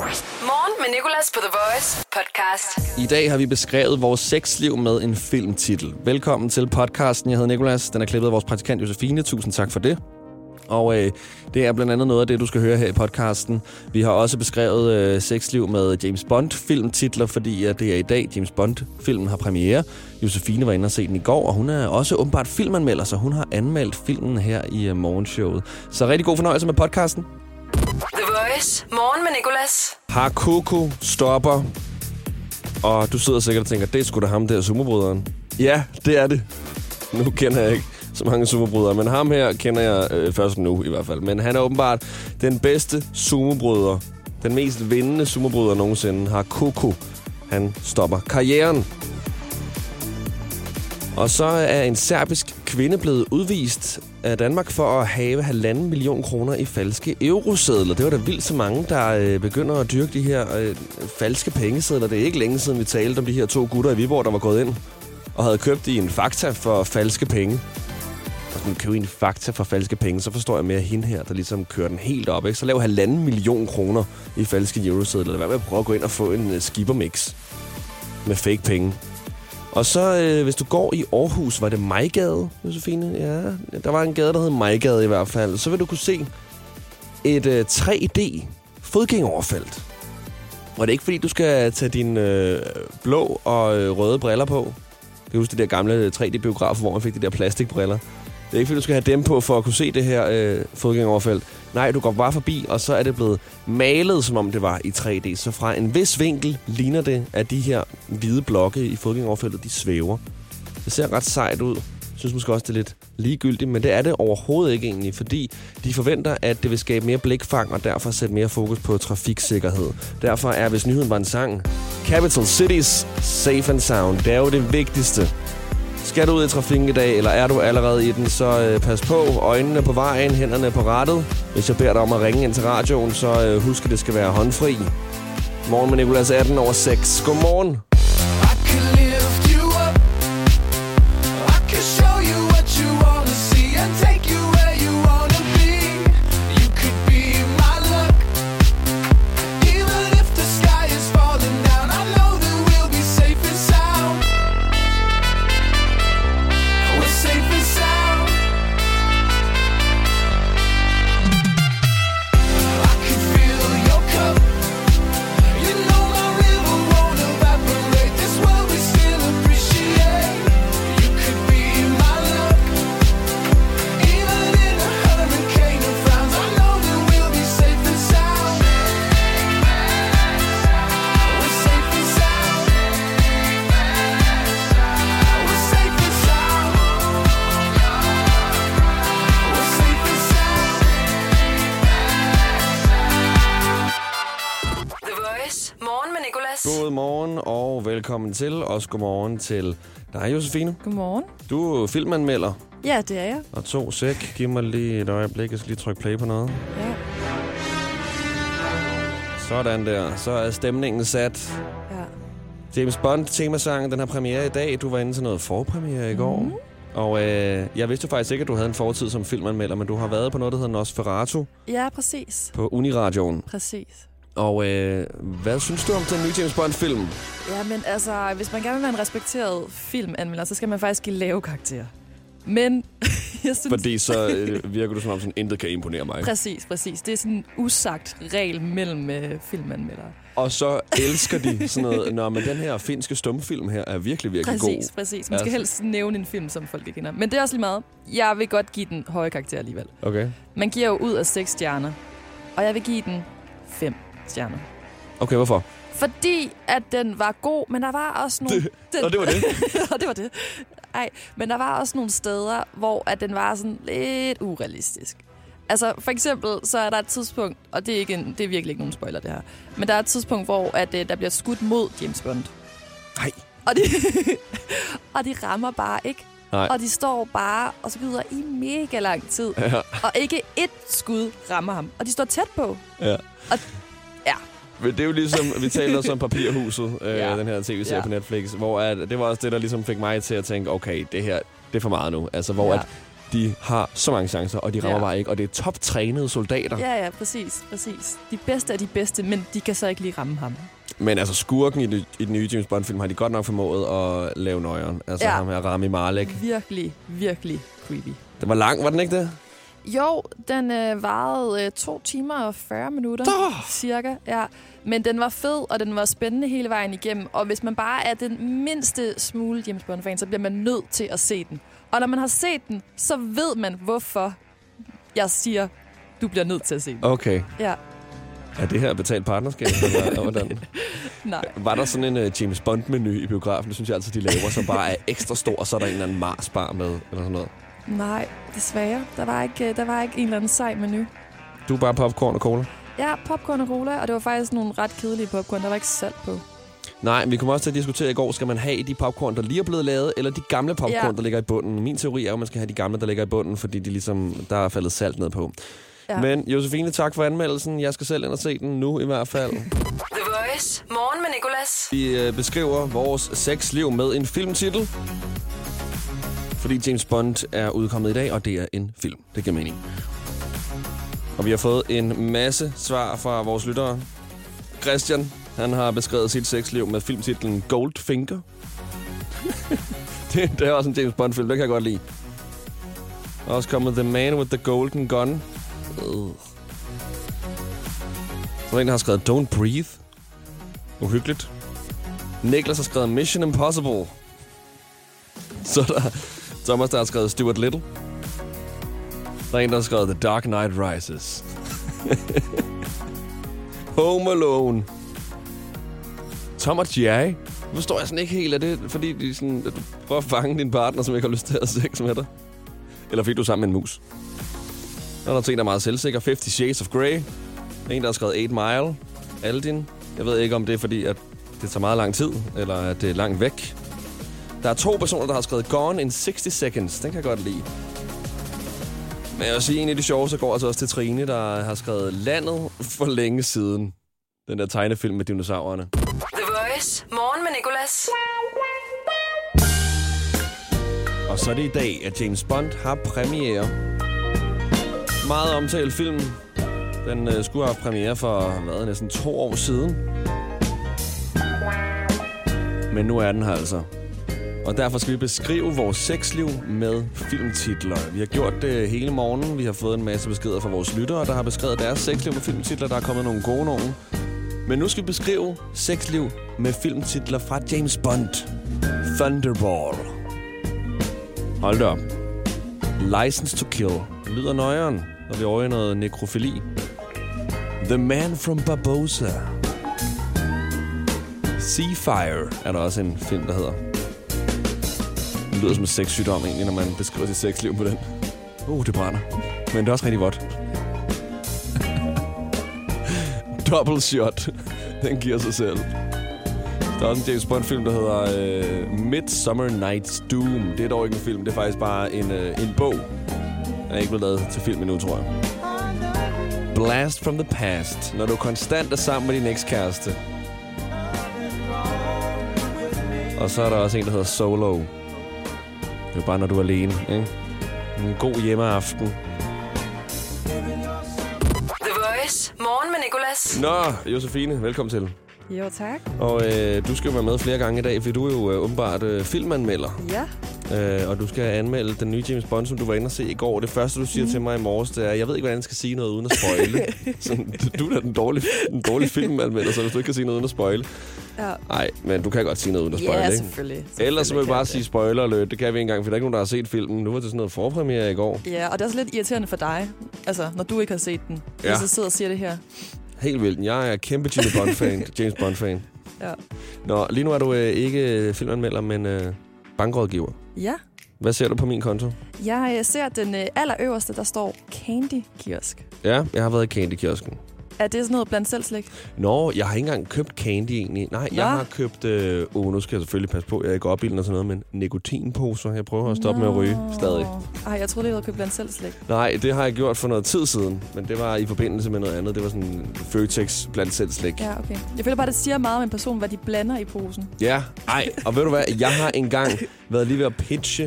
Morgen med Nicolas på The Voice podcast. I dag har vi beskrevet vores sexliv med en filmtitel. Velkommen til podcasten. Jeg hedder Nikolas. Den er klippet af vores praktikant Josefine. Tusind tak for det. Og øh, det er blandt andet noget af det, du skal høre her i podcasten. Vi har også beskrevet øh, sexliv med James Bond-filmtitler, fordi at det er i dag, James Bond-filmen har premiere. Josefine var inde og se den i går, og hun er også åbenbart filmanmelder, så hun har anmeldt filmen her i øh, morgenshowet. Så rigtig god fornøjelse med podcasten. The Voice. Morgen med Nicolas. Har Coco stopper, og du sidder sikkert og tænker, det er sgu da ham der, sumobryderen. Ja, det er det. Nu kender jeg ikke så mange sumobrydere, men ham her kender jeg øh, først nu i hvert fald. Men han er åbenbart den bedste sumobryder, den mest vindende sumobryder nogensinde, har Coco. Han stopper karrieren. Og så er en serbisk kvinde blevet udvist af Danmark for at have halvanden million kroner i falske eurosedler. Det var da vildt så mange, der øh, begynder at dyrke de her øh, falske pengesedler. Det er ikke længe siden, vi talte om de her to gutter i Viborg, der var gået ind og havde købt i en fakta for falske penge. Og sådan, købe i en fakta for falske penge, så forstår jeg mere hende her, der ligesom kører den helt op. Ikke? Så lav halvanden million kroner i falske eurosedler. Lad være med at prøve at gå ind og få en øh, skibbermix med fake penge. Og så, øh, hvis du går i Aarhus, var det Majgade, Josefine? Ja, der var en gade, der hed Majgade i hvert fald. Så vil du kunne se et øh, 3D fodgængeroverfelt. Og det er ikke, fordi du skal tage dine øh, blå og øh, røde briller på. Jeg kan huske de der gamle øh, 3D-biografer, hvor man fik de der plastikbriller. Det er ikke, fordi du skal have dem på for at kunne se det her øh, fodgængeroverfelt. Nej, du går bare forbi, og så er det blevet malet, som om det var i 3D. Så fra en vis vinkel ligner det, at de her hvide blokke i fodgængeroverfeltet, de svæver. Det ser ret sejt ud. Jeg synes måske også, det er lidt ligegyldigt, men det er det overhovedet ikke egentlig, fordi de forventer, at det vil skabe mere blikfang og derfor sætte mere fokus på trafiksikkerhed. Derfor er, hvis nyheden var en sang, Capital Cities Safe and Sound. Det er jo det vigtigste. Skal du ud i trafikken i dag, eller er du allerede i den, så øh, pas på. Øjnene på vejen, hænderne på rattet. Hvis jeg beder dig om at ringe ind til radioen, så øh, husk, at det skal være håndfri. Morgen med Nicolas 18 over 6. Godmorgen. I could lift you up. I could show you what you wanna see and take you where you wanna be. You could be my luck. Even if the sky is falling down, I know that we'll be safe and sound. We're safe and sound. I could fill your cup. You know my river won't evaporate. That's what we still appreciate. You could be my luck, even in a hurricane of frowns. I know that we'll be safe and sound. We're safe and sound. We're safe and sound. We're safe and sound. The Voice. Morgen med Nicolas. God morgen og velkommen til. Også god morgen til dig, Josefine. Godmorgen. Du er filmanmelder Ja, det er jeg. og to sæk. Giv mig lige et øjeblik, jeg skal lige trykke play på noget. Ja, Sådan der. Så er stemningen sat. ja. James Bond temasangen, den har premiere i dag. Du var inde til noget forpremiere i går. Mhm. Mm. Og øh, jeg vidste jo faktisk ikke, at du havde en fortid som filmanmelder, men du har været på noget, der hedder Nosferatu ja præcis. på Uniradioen. Præcis. Og øh, hvad synes du om den nye James Bond-film? Ja, men altså, hvis man gerne vil være en respekteret filmanmelder, så skal man faktisk give lave karakterer. Men jeg synes... Fordi så øh, virker du som om, sådan, intet kan imponere mig. Præcis, præcis. Det er sådan en usagt regel mellem øh, filmanmeldere. Og så elsker de sådan noget. Nå, men den her finske stumfilm her er virkelig, virkelig Præcis, god. præcis. Man skal Altså- helst nævne en film, som folk ikke kender. Men det er også lige meget. Jeg vil godt give den høje karakter alligevel. Okay. Man giver jo ud af seks stjerner, og jeg vil give den fem stjerner. Okay, hvorfor? Fordi at den var god, men der var også nogle... Det, den, Og det var det. og det var det. Ej, men der var også nogle steder, hvor at den var sådan lidt urealistisk. Altså, for eksempel, så er der et tidspunkt, og det er, ikke en, det er virkelig ikke nogen spoiler, det her. Men der er et tidspunkt, hvor at, øh, der bliver skudt mod James Bond. Nej. Og de, og de rammer bare ikke. Nej. Og de står bare og skyder i mega lang tid. Ja. Og ikke ét skud rammer ham. Og de står tæt på. Ja. Og- ja. Men det er jo ligesom, vi talte også om Papirhuset, øh, ja. Ja. den her tv-serie ja. Ja. på Netflix, hvor at, det var også det, der ligesom fik mig til at tænke, okay, det her, det er for meget nu. Altså, hvor ja. Ja. at de har så mange chancer, og de rammer ja. Ja. bare ikke. Og det er toptrænede soldater. Ja. Ja, ja, præcis, præcis. De bedste er de bedste, men de kan så ikke lige ramme ham. Men altså skurken i, det, i den nye James Bond-film har de godt nok formået at lave nøjeren. Altså ja. Ja. ham her, Rami Malek. Virkelig, virkelig creepy. Den var lang, var den ikke det? Jo, den øh, varede øh, to timer og 40 minutter, Nå! cirka. Ja. Men den var fed, og den var spændende hele vejen igennem. Og hvis man bare er den mindste smule James Bond-fan, så bliver man nødt til at se den. Og når man har set den, så ved man, hvorfor jeg siger, du bliver nødt til at se den. Okay. Ja, Er det her betalt partnerskab? eller hvordan? nej. Var der sådan en uh, James Bond-menu i biografen? Det synes jeg altid, de laver, som bare er ekstra stor, og så er der en eller anden Mars-bar med, eller sådan noget. Nej, desværre. Der var ikke, øh, der var ikke en eller anden sej menu. Du er bare popcorn og cola? Ja, popcorn og cola, og det var faktisk nogle ret kedelige popcorn. Der var ikke salt på. Nej, men vi kommer også til at diskutere i går, skal man have de popcorn, der lige er blevet lavet, eller de gamle popcorn, ja. Ja. der ligger i bunden. Min teori er jo, at man skal have de gamle, der ligger i bunden, fordi de ligesom, der er faldet salt ned på. Ja. Ja. Men Josefine, tak for anmeldelsen. Jeg skal selv ind og se den nu i hvert fald. The Voice. Morgen med Nicolas. Vi øh, beskriver vores sexliv med en filmtitel. Fordi James Bond er udkommet i dag, og det er en film. Det giver mening. Og vi har fået en masse svar fra vores lyttere. Christian, han har beskrevet sit sexliv med filmtitlen Goldfinger. det, det er også en James Bond-film, det kan jeg godt lide. Der er også kommet The Man with the Golden Gun. Øh. Så er der en, der har skrevet Don't Breathe. Uhyggeligt. Niklas har skrevet Mission Impossible. Så er der Thomas, der har skrevet Stuart Little. Der er en, der har skrevet The Dark Knight Rises. Home Alone. Tom og Jerry. Det Forstår jeg sådan ikke helt, er det fordi, de sådan, at du prøver at fange din partner, som ikke har lyst til at have sex med dig? Eller fordi du er sammen med en mus? Der er der også en, der er meget selvsikker. 50 Shades of Grey. Der er en, der har skrevet 8 Mile. Aldin. Jeg ved ikke, om det er fordi, at det tager meget lang tid, eller at det er langt væk. Der er to personer, der har skrevet Gone in 60 Seconds. Den kan jeg godt lide. Men jeg vil sige, en af de sjove, så går altså også til Trine, der har skrevet Landet for længe siden. Den der tegnefilm med dinosaurerne. The Voice. Morgen med Nicolas. Og så er det i dag, at James Bond har premiere. Meget omtalt film. Den øh, skulle have haft premiere for hvad, næsten to år siden. Men nu er den her altså. Og derfor skal vi beskrive vores sexliv med filmtitler. Vi har gjort det hele morgenen. Vi har fået en masse beskeder fra vores lyttere, der har beskrevet deres sexliv med filmtitler. Der er kommet nogle gode nogen. Men nu skal vi beskrive sexliv med filmtitler fra James Bond. Thunderball. Hold da op. License to Kill lyder nøjeren, når vi er over i noget nekrofili. The Man from Barbosa. Seafire er der også en film, der hedder. Det lyder som en sexsygdom egentlig, når man beskriver sit sexliv på den. Uh, det brænder. Men det er også rigtig vådt. Double shot. Den giver sig selv. Der er også en James Bond-film, der hedder øh, Midsummer Night's Doom. Det er dog ikke en film, det er faktisk bare en, øh, en bog. Den er ikke blevet lavet til film endnu, tror jeg. Blast from the Past. Når du konstant er sammen med din ekskæreste. Og så er der også en, der hedder Solo. Det er jo bare, når du er alene, ikke? En god hjemmeaften. The Voice. Morgen med Nicolas. Nå, Josefine, velkommen til. Jo, tak. Og øh, du skal jo være med flere gange i dag, fordi du er jo øh, åbenbart øh, filmanmelder. Ja. Øh, og du skal anmelde den nye James Bond, som du var inde og se i går. Det første, du siger Mhm. mm. til mig i morges, det er, jeg ved ikke, hvordan jeg skal sige noget uden at spoile. Sådan, du er da den dårlige, den dårlige filmanmelder, så hvis du ikke kan sige noget uden at spoile. Ja, Nej, men du kan godt sige noget uden at spoile, ja altså, ikke? selvfølgelig. Ellers så må vi Selvfølgelig bare kan sige spoiler alert. Det kan vi ikke engang, for der er ikke nogen, der har set filmen. Nu var det sådan noget forpremiere i går. det. Ja, og det er også lidt irriterende for dig, altså, når du ikke har set den. Ja. Ja. Jeg så sidder og siger det her. Helt vildt. Jeg er kæmpe James Bond-fan. James Bond-fan. Ja. Nå, lige nu er du øh, ikke øh, filmanmelder, men øh, bankrådgiver. Ja, Hvad ser du på min konto? jeg øh, ser den øh, allerøverste, der står Candy Kiosk. Ja, jeg har været i Candy-kiosken. Er det sådan noget blandt selv slik? Nå, jeg har ikke engang købt candy egentlig. Nej, Nå. jeg Nå. har købt... Øh, oh, nu skal jeg selvfølgelig passe på, jeg ikke opbilder og sådan noget, men nikotinposer. Jeg prøver at stoppe med at ryge stadig. Ej, jeg troede, det var købt blandt selv slik. Nej, det har jeg gjort for noget tid siden, men det var i forbindelse med noget andet. Det var sådan Føtex blandt selv slik. Ja. Ja, okay. Jeg føler bare, det siger meget om en person, hvad de blander i posen. ja, ej, og ved du hvad, jeg har engang været lige ved at pitche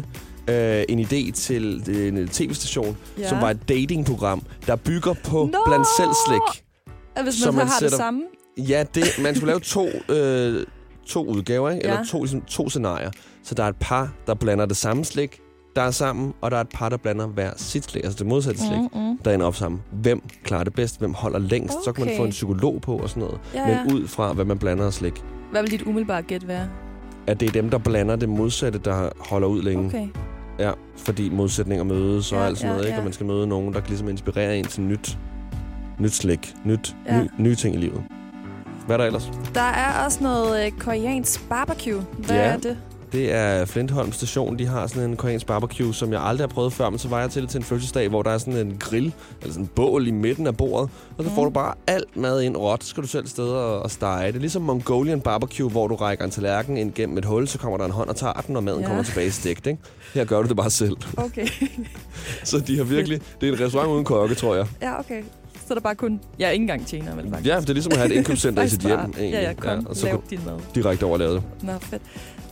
øh, en idé til øh, en tv-station, ja. Ja. som var et datingprogram, der bygger på Nå! blandt selv slik. Og hvis Så man, man man har sætter- det samme. Ja, det, man skulle lave to, øh, to udgaver, ikke? eller Ja. to, ligesom, to scenarier. Så der er et par, der blander det samme slik, der er sammen, og der er et par, der blander hver sit slik, altså det modsatte slik, Mm, mm. der ender op sammen. Hvem klarer det bedst? Hvem holder længst? Okay. Så kan man Okay. få en psykolog på og sådan noget. Ja, Ja. ja. Men ud fra, hvad man blander af slik. Hvad vil dit umiddelbare gæt være? At det er dem, der blander det modsatte, der holder ud længe. Okay. Ja, fordi modsætninger mødes og Ja, alt sådan ja, noget, ikke? ja. Og man skal møde nogen, der kan ligesom inspirere en til nyt, nyt slik, nyt, ja. Ja. ny, nye ting i livet. Hvad er der ellers? Der er også noget øh, koreansk barbecue. Hvad Ja. er det? Det er Flintholm station. De har sådan en koreansk barbecue, som jeg aldrig har prøvet før, men så var jeg til det til en fødselsdag, hvor der er sådan en grill, eller sådan en bål i midten af bordet, og så får Mm. du bare alt mad ind råt. Så skal du selv sted og, og stege det. Ligesom Mongolian barbecue, hvor du rækker en tallerken ind gennem et hul, så kommer der en hånd og tager den, og maden ja. Ja. kommer tilbage stegt, ikke? Her gør du det bare selv. Okay. Så de har virkelig... Det er en restaurant uden kokke, tror jeg. ja, okay. Så er der bare kun... Jeg er ikke engang tjener, vel faktisk. Ja, for det er ligesom at have et indkøbscenter i sit Faktisk hjem, bare- egentlig. Ja, ja, kom, ja, og så lav kunne din mad. du direkte overlade det. Nå, fedt.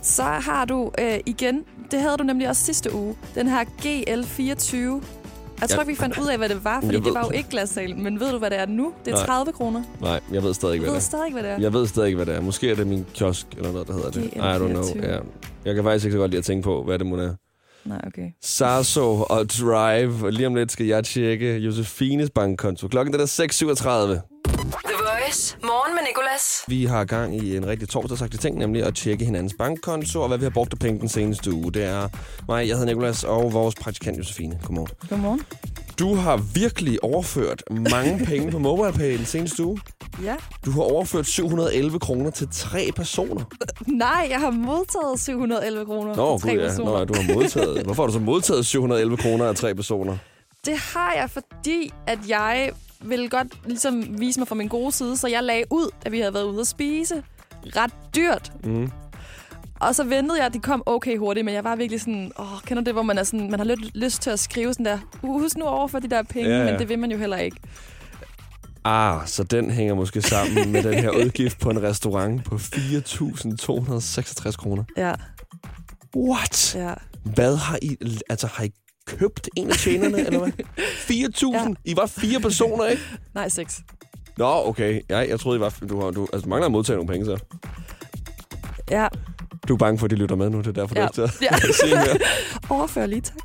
Så har du øh, igen, det havde du nemlig også sidste uge, den her GL24. Jeg tror Ja. ikke, vi fandt ud af, hvad det var, fordi Jeg ved det var jo det. ikke glassalen. Men ved du, hvad det er nu? Det er Nej. 30 kroner. Nej, jeg ved stadig ikke, Jeg hvad ved det stadig ikke, hvad det er. er. Jeg ved stadig ikke, hvad det er. Måske er det min kiosk, eller noget, der hedder det. I GL24. don't know. Ja. Jeg kan faktisk ikke så godt lide at tænke på, hvad det må er. Nej, okay. Sarso og Drive. Og lige om lidt skal jeg tjekke Josefines bankkonto. Klokken den er 6.37. The Voice. Morgen med Nicolas. Vi har gang i en rigtig torsdagsagtig ting, nemlig at tjekke hinandens bankkonto og hvad vi har brugt af penge den seneste uge. Det er mig, jeg hedder Nikolas, og vores praktikant Josefine. Godmorgen. Godmorgen. Du har virkelig overført mange penge på MobilePay den seneste uge. Ja. Du har overført 711 kroner til tre personer. Nej, jeg har modtaget 711 kroner for tre ja. personer. Nå, ja, du har modtaget. Hvorfor har du så modtaget 711 kroner af tre personer? Det har jeg, fordi at jeg ville godt ligesom vise mig fra min gode side, så jeg lagde ud, at vi havde været ude at spise. Ret dyrt. Mm. Og så ventede jeg, at de kom okay hurtigt, men jeg var virkelig sådan, åh, kender du det, hvor man, er sådan, man har lidt lyst til at skrive sådan der, "Uh, husk nu over for de der penge, Ja, ja, ja. ja. men det vil man jo heller ikke. Ah, så den hænger måske sammen med den her udgift på en restaurant på 4.266 kroner. Ja, What? ja. Hvad har I... Altså, har I købt en af tjenerne, eller hvad? 4.000? I var fire personer, ikke? Nej, seks. Nå, okay. Jeg, jeg troede, I var... Du, har, du, altså, du mangler at modtage nogle penge, så. Ja, Du er bange for, at de lytter med nu, det er derfor, Ja. du ikke Ja. tager- se mere. overfør lige, tak.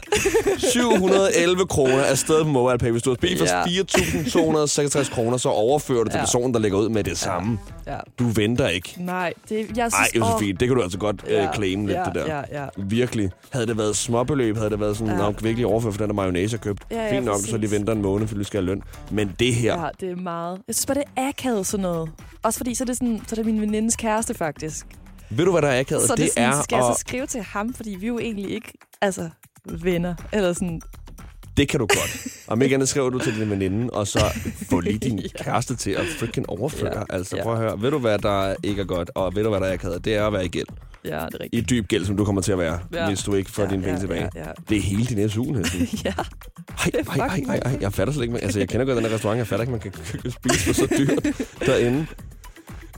711 kroner er stedet på MobilePay. Hvis du har spist Ja. for 4.266 kroner, så overfører du til Ja. personen, der lægger ud med det samme. Ja. Du venter ikke. Nej, det, jeg Ej, synes... åh, Josefine, det kan du altså godt ja, øh, claim lidt, ja, det der. Ja, ja, Virkelig. Havde det været småbeløb, havde det været sådan, Ja. nok virkelig overført for den der mayonnaise, jeg købt. Ja, ja, Fint nok, så lige præcis. venter en måned, fordi vi skal have løn. Men det her, Ja, det er meget. Jeg synes bare, det er akavet sådan noget. Også fordi, så er det, sådan, så er det min venindes kæreste, faktisk. ved du, hvad der er akavet? så er det, sådan, er, skal jeg og så skrive til ham, fordi vi er jo egentlig ikke altså, venner. Eller sådan, det kan du godt. Om ikke andet skriver du til din veninde, og så få lige din ja. kæreste til at freaking overføre. Ja, Ja, altså, ja. prøv at høre. Ved du, hvad der ikke er godt, og ved du, hvad der er akavet? Det er at være i gæld. ja, det er rigtigt. i dyb gæld, som du kommer til at være, ja. Ja. hvis du ikke får ja, Ja, dine penge ja, tilbage. Ja, ja, ja. ja. Det er hele din SU næsten. Ja, Ej, ej, ej, ej, ej, jeg fatter slet ikke. man- Altså, jeg kender godt den her restaurant, jeg fatter ikke, man kan kø- spise for så dyrt derinde.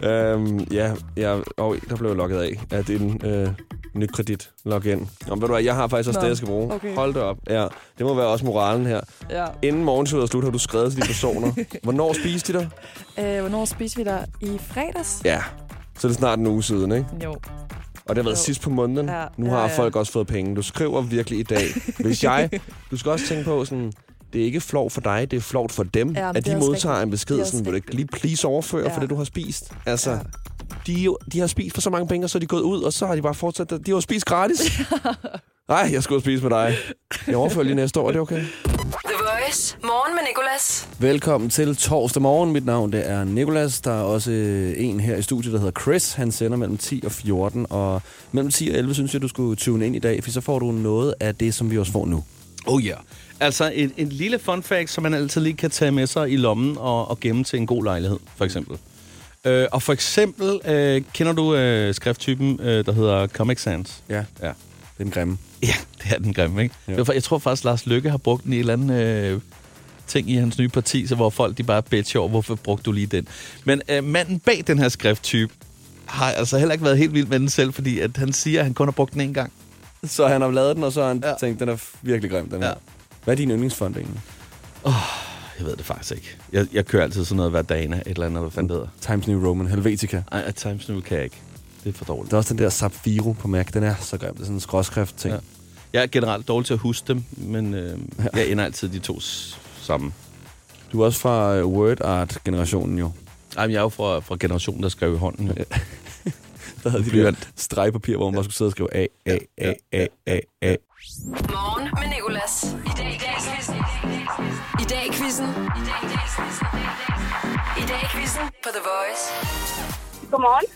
Øhm, ja, jeg, og der blev jeg logget af af din øh, nyt kredit login. Nå, men ved du hvad, jeg har faktisk også Nå, det, jeg skal bruge. okay. Hold da op. Ja, det må være også moralen her. ja. Inden morgenshowet er slut, har du skrevet til de personer. Hvornår spiste de dig? Øh, hvornår spiste vi der? I fredags? Ja, så er det snart en uge siden, ikke? Jo. Og det har været Jo. sidst på måneden. Ja, Ja, nu ja, har ja. folk også fået penge. Du skriver virkelig i dag. Hvis jeg... Du skal også tænke på sådan... Det er ikke flov for dig, det er flovt for dem, men ja, det at er de også modtager rigtigt. en Det besked, er sådan, også vil du ikke lige please overføre ja. for Ja. det, du har spist? Altså, ja. Ja. de, er jo- de har spist for så mange penge, og så er de gået ud, og så har de bare fortsat. De har jo spist gratis. Nej, jeg skulle spise med dig. Jeg overfører lige næste år, er det okay? The Voice. Morgen med Nicolas. Velkommen til torsdag morgen. Mit navn det er Nikolas. Der er også øh, en her i studiet, der hedder Chris. Han sender mellem 10 og 14, og mellem 10 og 11 synes jeg, du skulle tune ind i dag, for så får du noget af det, som vi også får nu. Oh ja. Yeah. Altså en, en lille fun fact, som man altid lige kan tage med sig i lommen og, og gemme til en god lejlighed, for eksempel. Øh, og for eksempel, øh, kender du øh, skrifttypen, øh, der hedder Comic Sans? Ja, Ja. den grimme. Ja, det er den grimme, ikke? Ja. Ja. Jeg tror faktisk, Lars Lykke har brugt den i et eller andet øh, ting i hans nye parti, så hvor folk de bare bitcher over, hvorfor brugte du lige den? Men øh, manden bag den her skrifttype har altså heller ikke været helt vild med den selv, fordi at han siger, at han kun har brugt den én gang. så han har lavet den, og så har han ja. Ja. tænkt, den er f- virkelig grim, den ja. Ja. her. Hvad er din yndlingsfond egentlig? Jeg ved det faktisk ikke. Jeg, jeg kører altid sådan noget hver dagen et eller andet, hvad fanden det hedder. Times New Roman, Helvetica. Ej, at Times New kan jeg ikke. Det er for dårligt. Der er også den der Sapphiro på Mac, den er så grim. Det er sådan en skråskrift-ting. Ja. Ja. Jeg er generelt dårlig til at huske dem, men øh, jeg ender altid de to s- sammen. Du er også fra øh, word art-generationen jo. Ej, men jeg er jo fra, fra generationen, der skrev i hånden. Ja. Der havde de der Blyant. stregpapir, hvor man bare skulle sidde og skrive A, A, A, A, A, A. Morgen med Nicolas. I dag i dag quizzen. I dag i quizzen. I dag i dag quizzen. I dag i quizzen på The Voice. Godmorgen.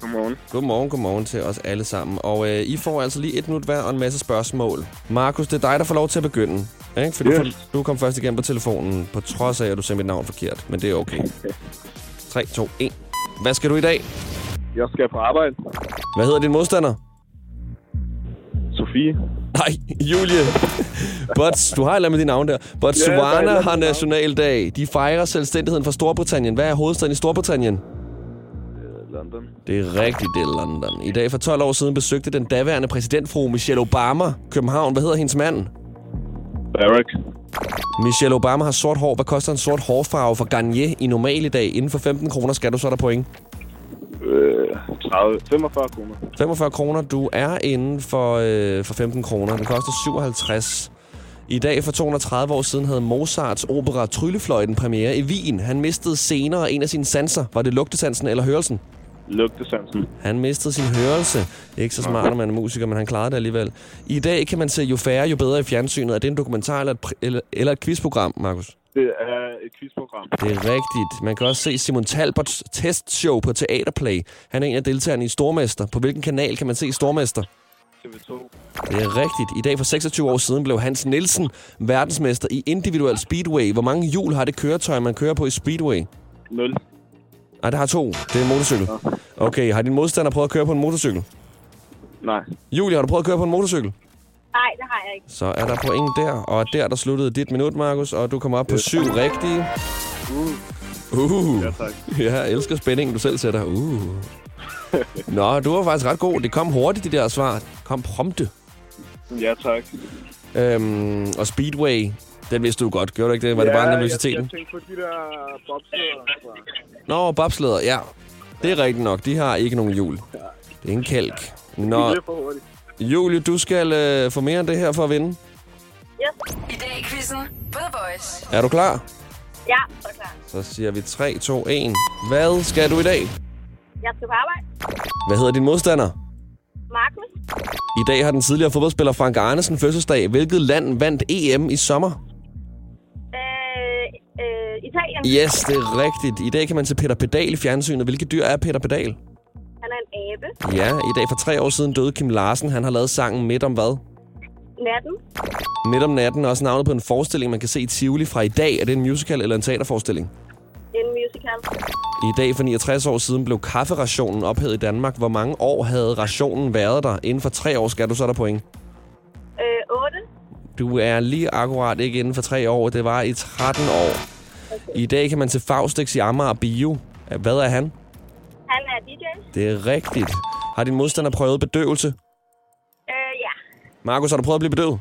Godmorgen. Godmorgen, godmorgen til os alle sammen. Og øh, I får altså lige et minut hver og en masse spørgsmål. Markus, det er dig, der får lov til at begynde. Ikke? For yes. du, får- du kom først igennem på telefonen, på trods af, at du sagde mit navn forkert. Men det er okay. 3, 2, 1. Hvad skal du i dag? Jeg skal på arbejde. Hvad hedder din modstander? Sofie. Nej, Julie. But, du har et eller andet med dit navn der. der er et eller Botswana andet ja, med har navn. nationaldag. De fejrer selvstændigheden fra Storbritannien. Hvad er hovedstaden i Storbritannien? London. Det er rigtigt, det er London. I dag for 12 år siden besøgte den daværende præsidentfru Michelle Obama København. Hvad hedder hendes mand? Barack. Michelle Obama har sort hår. Hvad koster en sort hårfarve for Garnier i normal i dag? Inden for 15 kroner skal du så der point. Øh, 30, 45 kroner. 45 kroner. Du er inden for, øh, for 15 kroner. Den koster 57. I dag for 230 år siden havde Mozarts opera Tryllefløjten premiere i Wien. Han mistede senere en af sine sanser. Var det lugtesansen eller hørelsen? Lugtesansen. Han mistede sin hørelse. Ikke så smart, når man er musiker, men han klarede det alligevel. I dag kan man se jo færre, jo bedre i fjernsynet. Er det en dokumentar eller et, pri- eller, eller et quizprogram, Markus? Det er et quizprogram. Det er rigtigt. Man kan også se Simon Talberts testshow på Teaterplay. Han er en af deltagerne i Stormester. På hvilken kanal kan man se Stormester? TV2. Det er rigtigt. I dag for 26 år siden blev Hans Nielsen verdensmester i individuel speedway. Hvor mange hjul har det køretøj, man kører på i speedway? 0. Nej, det har to. Det er en motorcykel. Okay, har din modstander prøvet at køre på en motorcykel? Nej. Julie, har du prøvet at køre på en motorcykel? Nej, det har jeg ikke. Så er der point der, og der der sluttede dit minut, Markus, og du kommer op på syv rigtige. Uh. Ja, tak. Ja, jeg elsker spændingen, du selv sætter. Uh. Nå, du var faktisk ret god. Det kom hurtigt, de der svar. Kom prompte. Ja, tak. Øhm, og Speedway, den vidste du godt. Gjorde du ikke det? Var det bare nervøsiteten? Jeg, jeg tænkte på de der bobsleder. Nå, bobsleder, ja. Det er rigtigt nok. De har ikke nogen hjul. Det er en kalk. Nå, Det er for hurtigt. Julie, du skal øh, få mere end det her for at vinde. I dag i quizzen på The Voice. Er du klar? Ja, så er klar. Så siger vi 3, 2, 1. Hvad skal du i dag? Jeg skal på arbejde. Hvad hedder din modstander? Markus, I dag har den tidligere fodboldspiller Frank Arnesen fødselsdag. Hvilket land vandt EM i sommer? øh, øh, Italien, Yes, det er rigtigt. I dag kan man se Peter Pedal i fjernsynet. Hvilket dyr er Peter Pedal? han er en abe. Ja, i dag for tre år siden døde Kim Larsen. Han har lavet sangen Midt om hvad? Natten, Midt om natten er også navnet på en forestilling, man kan se i Tivoli fra i dag. Er det en musical eller en teaterforestilling? en musical. I dag for 69 år siden blev kafferationen ophævet i Danmark. Hvor mange år havde rationen været der? Inden for tre år skal du så der point. Øh, 8, Du er lige akkurat ikke inden for tre år. Det var i 13 år. I dag kan man se Faustix i Amager Bio. Hvad er han? han er DJ. Det er rigtigt. Har din modstander prøvet bedøvelse? Øh, ja. Markus, har du prøvet at blive bedøvet?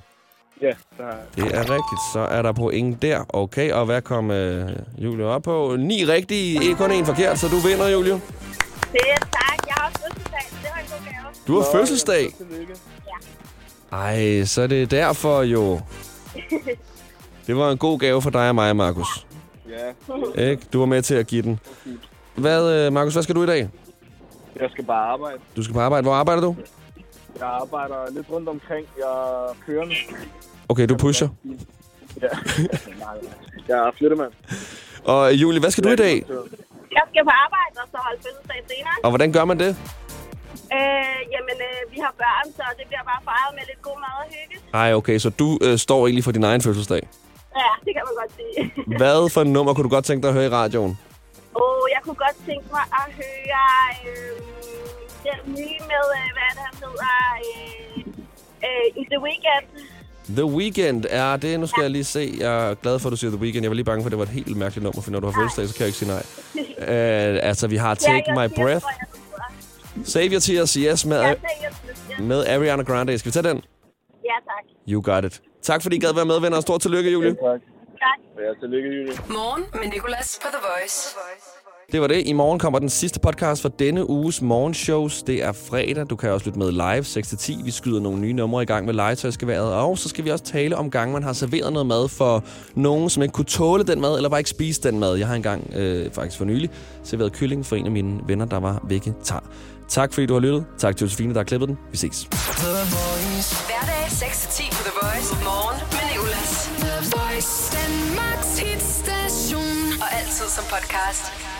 Ja, der er Det er rigtigt. Så er der point der. Okay, og hvad kom øh, Julie op på? Ni rigtige, ikke kun en forkert, så du vinder, Julie. Fedt, tak. Jeg har også fødselsdag, så det var en god gave. Du har fødselsdag. Ej, så er det derfor jo. Det var en god gave for dig og mig, Markus. Ja, Ikke? Du var med til at give den. Hvad, øh, Markus, hvad skal du i dag? jeg skal bare arbejde. Du skal på arbejde. Hvor arbejder du? Jeg arbejder lidt rundt omkring. Jeg er kørende. Okay, du pusher. Ja. Nej, nej. jeg er flyttemand. Og øh, Julie, hvad skal du i dag? Jeg skal på arbejde og så holde fødselsdag senere. Og hvordan gør man det? Øh, jamen, øh, vi har børn, så det bliver bare fejret med lidt god mad og hygge. Ej, okay, så du øh, står egentlig for din egen fødselsdag. Ja, det kan man godt sige. Hvad for en nummer kunne du godt tænke dig at høre i radioen? Åh, oh, jeg kunne godt tænke mig at høre øh, den nye med, øh, hvad er det, han hedder, øh, øh, i The Weeknd. The Weekend er det. Nu skal jeg lige se. Jeg er glad for, at du siger The Weekend. Jeg var lige bange for, at det var et helt mærkeligt nummer, for når du har fødselsdag, så kan jeg ikke sige nej. Øh, altså, vi har Take jeg My siger, Breath, tror jeg, den hedder. Save Your Tears, Yes med Jeg øh, tænker, jeg med Ariana Grande. Skal vi tage den? Ja, tak. You got it. Tak fordi I gad være med, venner, og stort tillykke, Julie. Tak. Tak. Ja, tillykke, Julie. Morgen med Nicolas på The Voice. Det var det. I morgen kommer den sidste podcast for denne uges morgenshows. Det er fredag. Du kan også lytte med live 6-10. Vi skyder nogle nye numre i gang med legetøjsgeværet. Og så skal vi også tale om gange, man har serveret noget mad for nogen, som ikke kunne tåle den mad, eller bare ikke spise den mad. Jeg har engang, øh, faktisk for nylig, serveret kylling for en af mine venner, der var vegetar. Tak fordi du har lyttet. Tak til Josefine, der har klippet den. Vi ses. Hverdag 6-10 på The Voice. Morgen med Nicolas. The Voice, Danmarks hitstation. Og altid som podcast.